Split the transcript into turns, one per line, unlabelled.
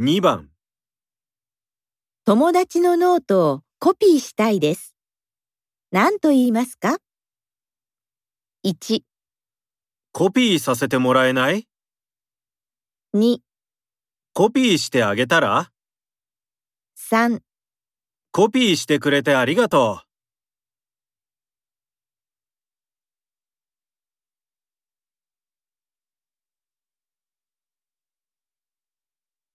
2番、
友達のノートをコピーしたいです。何と言いますか ?1、
コピーさせてもらえない
2、
コピーしてあげたら
3
コピーしてくれてありがとう。